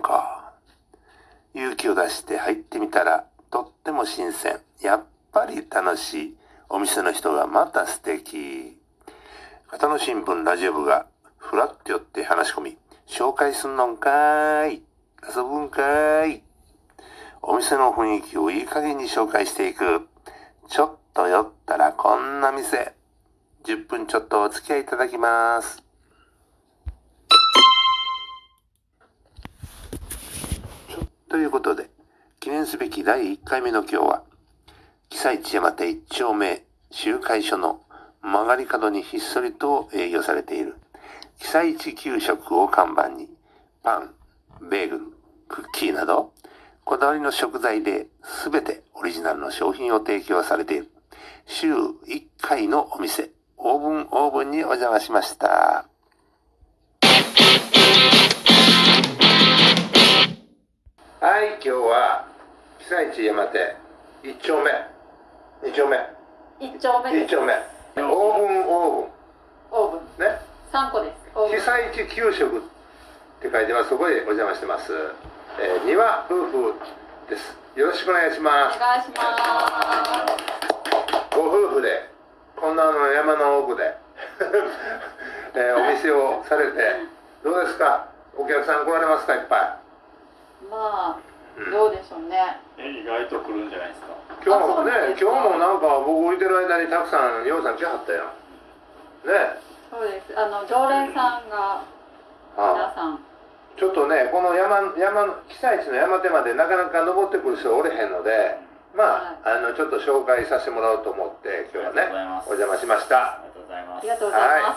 か。勇気を出して入ってみたら、とっても新鮮。やっぱり楽しい。お店の人がまた素敵。片野新聞ラジオ部が、ふらっと寄って話し込み、紹介すんのんかーい。遊ぶんかーい。お店の雰囲気をいい加減に紹介していく。ちょっと寄ったらこんな店。10分ちょっとお付き合いいただきます。ということで、記念すべき第1回目の今日は、記載地山手1丁目集会所の曲がり角にひっそりと営業されている、記載地給食を看板に、パン、ベーグル、クッキーなど、こだわりの食材で全てオリジナルの商品を提供されている、週1回のお店、オーブンオーブンにお邪魔しました。はい、今日は、被災地山手、1丁目、2丁目、一丁目1です丁目、オーブンオーオーブンブン、ね、三個ですオー被ブン災地給食って書いてます、そこへお邪魔してます。えー、庭夫婦です。よろしくお願いしまおす。願いしますご夫婦で、こんなあの山の奥で、 えーお店をされて、どうですかお客さん来られますかいっぱまあい。どうでしょうねえ意外と来るんじゃないですか。今日もねあそうなんで、今日すかもなんか僕置いてる間にたくさん、ようさん来はったよ。ねそうですあの常連さんがあ皆さんちょっとね、この山、山の、被災地の山手までなかなか登ってくる人おれへんので、まあ、あの、ちょっと紹介させてもらおうと思って、今日はね、お邪魔しましあた。りがとうございまあす。りがとうございま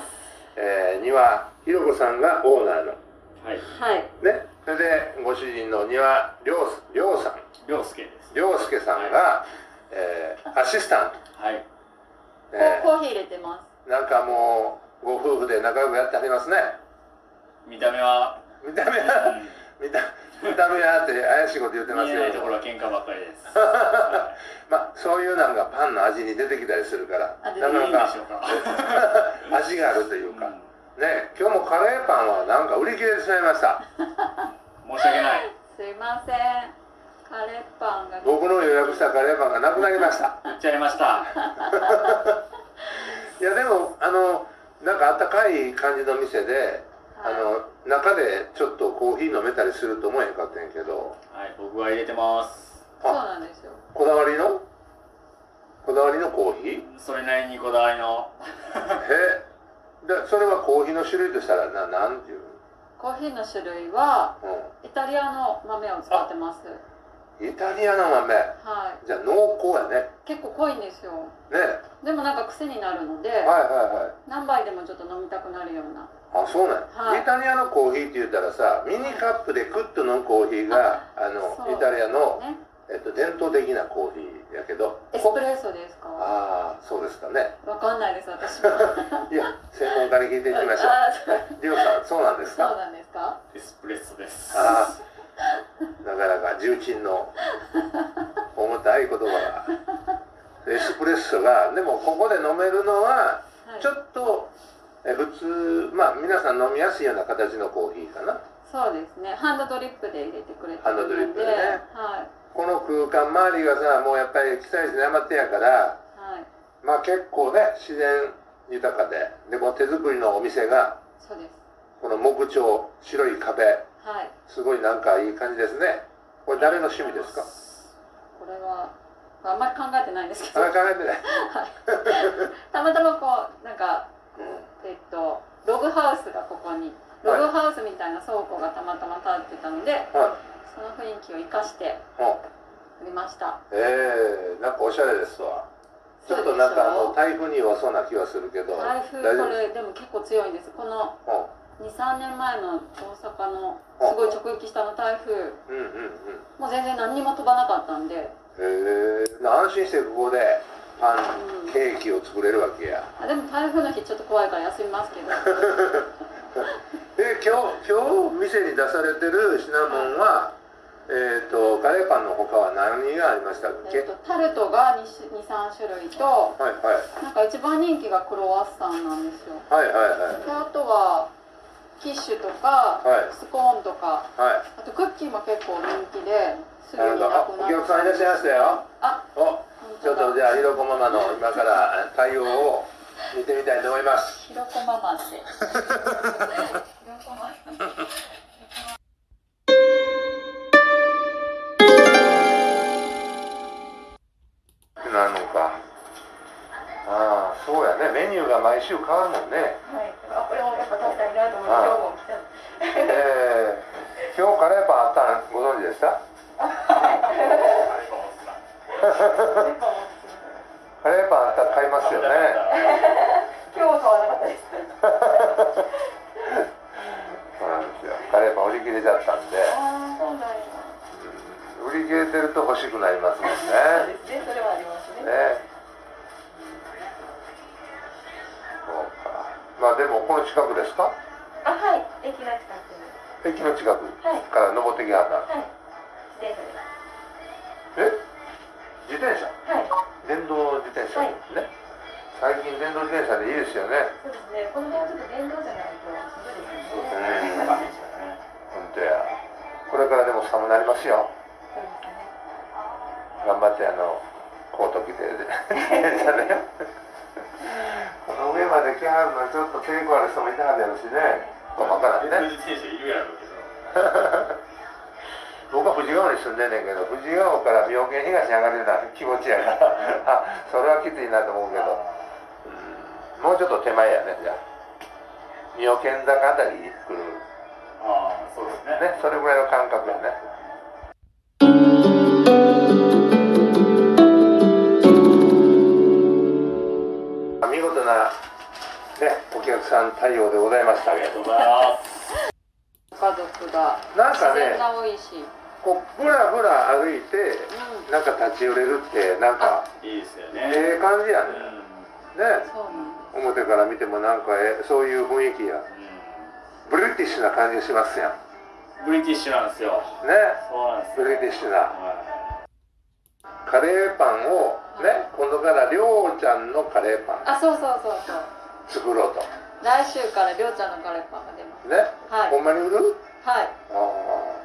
えー、には、ひろこさんがオーナーの、はい、すはいね、それで、ご主人のには、りょう、りょうさん、りょうすけです。りょうすけさんが、えー、アシスタンはい、ト。えコーヒー入れてまー、なんかもう、ご夫婦で仲良くやってはりますね。見た目は、見た目うは、ん見た、見た目はって怪しいこと言ってま見すえよないところは喧嘩ばっかり です。はまあ、そういうなんかパンの味に出てきたりするからあ出てきなたい、いかいんなでかしょうか。味があるといううんか、ね今日もカレーパンはなんか売り切れてしまいました申し訳ない。すすいませんカレーパンが僕の予約したカレーパンがなくなりました行っちゃいました。いやでもあのなんかあったかい感じの店で、あはいの中でちょっとコーヒー飲めたりすると思えへんかったんやけどはい、僕は入れてます。そうなんですよこだわりのこだわりのコーヒーへそれなりにこだわりの、でそれはコーヒーの種類としたらななんていうコーヒーの種類はの、イタリアの豆を使ってますうん、イタリアの豆はいじゃあ濃厚やね結構濃いんですよねでもなんか癖になるのではいはいはい何杯でもちょっと飲みたくなるようなあそうなんや、はいイタリアのコーヒーって言ったらさミニカップでクッと飲むコーヒーがあそのうイタリアの、ねえっと、伝統的なコーヒーやけどエスプレッソですかああそうですかねわかんないです、私も。いや専門家に聞いていきましょあうりょうさんそうなんですそうかなんですか。エスプレッソです。ああなかなか重鎮の重たい言葉がエスプレッソがでもここで飲めるのははいちょ。っとえ普通まあ皆さん飲みやすいような形のコーヒーかなそうですね。ハンドドリップで入れてくれてハンるので。ドドリップでねはこの空間周りがさもうやっぱり北市の山手やからい。はい。まあ結構ね自然豊かででこの手作りのお店がそうです。この木彫白い壁はい。すごいなんかいい感じですねこれ誰の趣味ですかこれは。あんまり考えてないんですけあど。考えてない、たまたまこう、なんか、うんえっと、ログハウスがここに。ログハウスみたいな倉庫がたまたま建ってたので。はその雰囲気を生かして。い、うん売りました。えー、なんかおしゃれですわちょっとなんかあの台風に弱そうな気はするけど台大風丈こ夫ですれでも結構強いんですこの23年前の大阪のすごい直撃したあの台風うんうんうんうんもう全然何にも飛ばなかったんで、へえー、安心してここでパンうんケーキを作れるわけやあでも台風の日ちょっと怖いから休みま すけどで今日今日店に出されてるシナモンは、えっ、とカレーパンの他は何がありましたっけ、えっとタルトが23種類とはいはいなんか一番人気がクロワッサンなんですよはいはいであとはキッシュとかはいスコーンとかはいはいあとクッキーも結構人気ですぐあにのなあくおな客さんいらっしゃいましたよ。あ、お、本ちょ当っとじだ。ゃあひろこママの今から対応を見てみたいと思います。ひろこママって。ひろこママ。なのか。ああ、そうやね。メニューが毎週変わるもんね。はい、あこれもやっぱ確かになと思って今日も来たええ今日カレーパンあったのご存知でした？カレーパンあったら買いますよね。 今日は買わなかったですそうなんですよ。カレーパン売り切れちゃったんで、ああそうなんや売り切れてると欲しくなりますもんそうね。ですねそれはありますねね。そうか。まあでもこの近くですか？あはい駅が近くに駅の近くはいから登ってきはった。はい自転車ですえ？自転車？はい電動自転車ですね。最近電動自転車でいいですよね。そうですねこの辺はちょっと電動じゃないとすごいですそうですねね。本当や。これからでも寒なりますよ。そうですね頑張ってあのコート着て 自転車で。この上まで来はるのちょっと抵抗ある人もいたはずやろしね。細かなね。別に自転車いるやろうけど。僕は富士川に住んでんねんけど、富士川から妙見東に上がるような 気持ちやから、 あ、それはきついなと思うけど、 うんもうちょっと手前やね、じゃあ。妙見坂あたりに来る。ああ、そうですね。ね、それぐらいの感覚やね。見事な、ね、お客さん対応でございましたあけりがどとうございます。家族がなん自か然ねが多いし。こうぶらぶら歩いてうなんか立ち寄れるってなんかいいですよね。ええ感じやうねん。ねん、そうなんです。表から見てもなんかえそういう雰囲気やブリティッシュな感じしますやんブリティッシュなんですよ。ねそうなんですブよ。リティッシュなはカレーパンをね今度からりょうちゃんのカレーパンあ、そうそうそうそう。作ろうと来週からりょうちゃんのカレーパンが出ます。ね、はいほんまに売るはい。ああ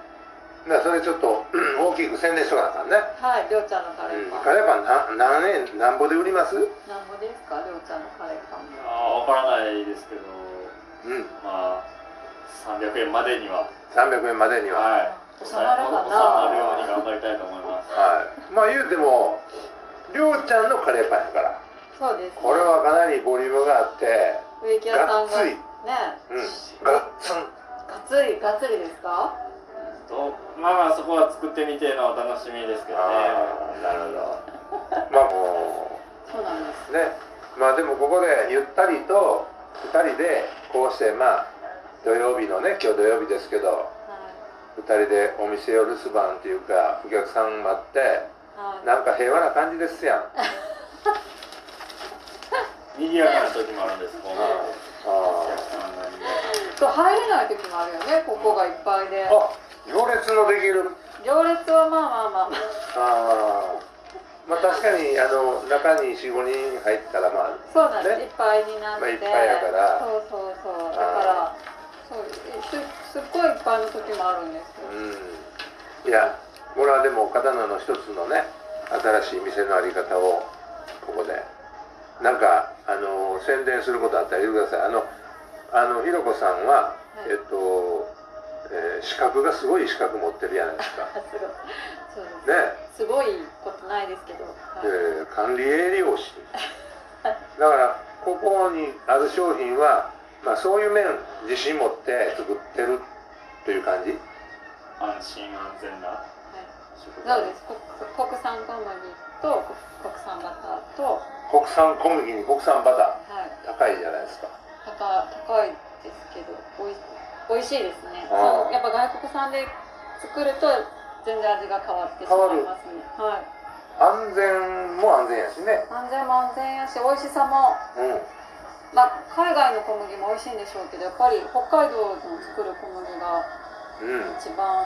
だからそれちょっとうん大きく宣伝しとかなあかんね、はい、りょうちゃんのカレうんーパン。カレーパンな何円なんぼで売りますうんなんぼですか、りょうちゃんのカレーパンい。は。ああ、わからないですけど、まあ、300円までには、 300円までにははい、はい。収まるかな収まるように頑張りたいと思います。まあ言うてもりょうちゃんのカレーパンやからそうです、ね。これはかなりボリュームがあって植木屋がっさんつが。りね。うんガッツンがっつり、がっつりですか。とまあまあそこは作ってみてのお楽しみですけどねああなるほどまあもそうなんです。うねまあでもここでゆったりと2人でこうしてまあ土曜日のね今日土曜日ですけどは2人でお店を留守番っていうかお客さん待ってい。はい。なんか平和な感じですやんあ賑やかな時もあるんですこうお客あさんが賑やそう、入れない時もあるよね、ここがいっぱいで。行列のできる行列はまあまあまあまああ。あまあ確かにあの中に45人入ったらまあそうなんです、ねいっぱいになって、まあいっぱいやからそうそうそうだあからそうすすっごいいっぱいの時もあるんですうんいよ、やこれはでも刀の一つのね新しい店のあり方をここでなんかあの宣伝することあったら言ってくださいあのあのひろこさんは、いえっと、えー資格がすごい資格持ってるじゃないですかあすごいそうですねすごいことないですけど、はいえー管理栄養士だからここにある商品は、まあ、そういう面自信持って作ってるという感じかな安心安全な食はい、そうです国国産小麦と国国産バターと、は国産小麦に国産バターい、高いじゃないですか高高いですけどおい美味しいですねあーそうやっぱ外国産で作ると全然味が変わってしまいますねはい安全も安全やしね安全も安全やし美味しさもうんまあ、海外の小麦も美味しいんでしょうけどやっぱり北海道の作る小麦がうん一番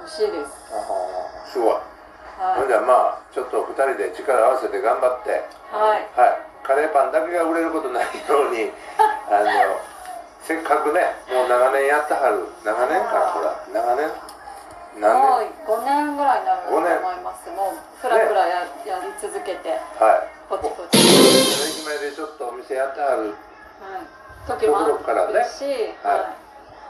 美味しいです、あすごいそれはではまあちょっと2人で力を合わせて頑張ってはいカレーパンだけが売れることないよう にあのせっかくねもう長年やってはる長年かなこれ長年も何年う5年ぐらいになると思いますもうふらふらや,、やり続けてはいポチポチ、駅前でちょっとお店やってあるはい、時もあとるころからねし、はは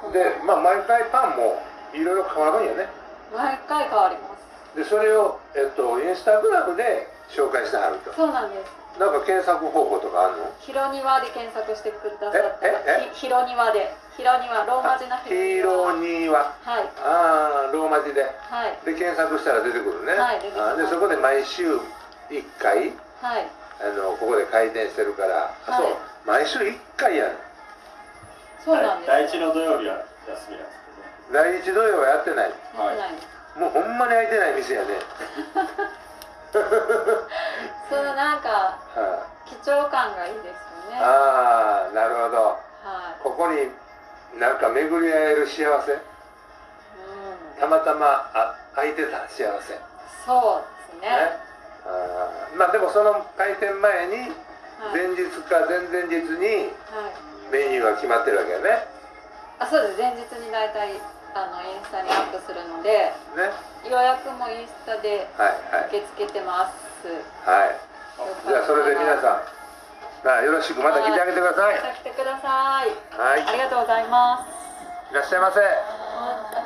いでまあ毎回パンもいろいろ変わるんよね毎回変わりますでそれを、えっと、インスタグラムで紹介してはるとそうなんですなんか検索方法とかあるのヒロニワで検索してくださったえらええひヒロニワでヒロニワローマ字のヒーローにははいああローマ字ではいで検索したら出てくるね、はい出てきますあーでそこで毎週1回はいあのここで開店してるから、あはいそう毎週1回やるそうなんです第一の土曜日は休みなんです第一土曜はやってない良くないですもうほんまに開いてない店やねそのなんかは貴重感がいいですよねいああなるほどはいここになんか巡り合える幸せうんたまたまあ空いてた幸せねそうですねあーまあでもその開店前にはい、前日か前々日にはい、メニューが決まってるわけよねあそうです前日に大体あのインスタにアップするのでね予約もインスタではい受け付けてます、はいはいじゃあそれで皆んさんまあよろしくまた来てあげてくださいまた来てくださいはいありがとうございますいらっしゃいませあ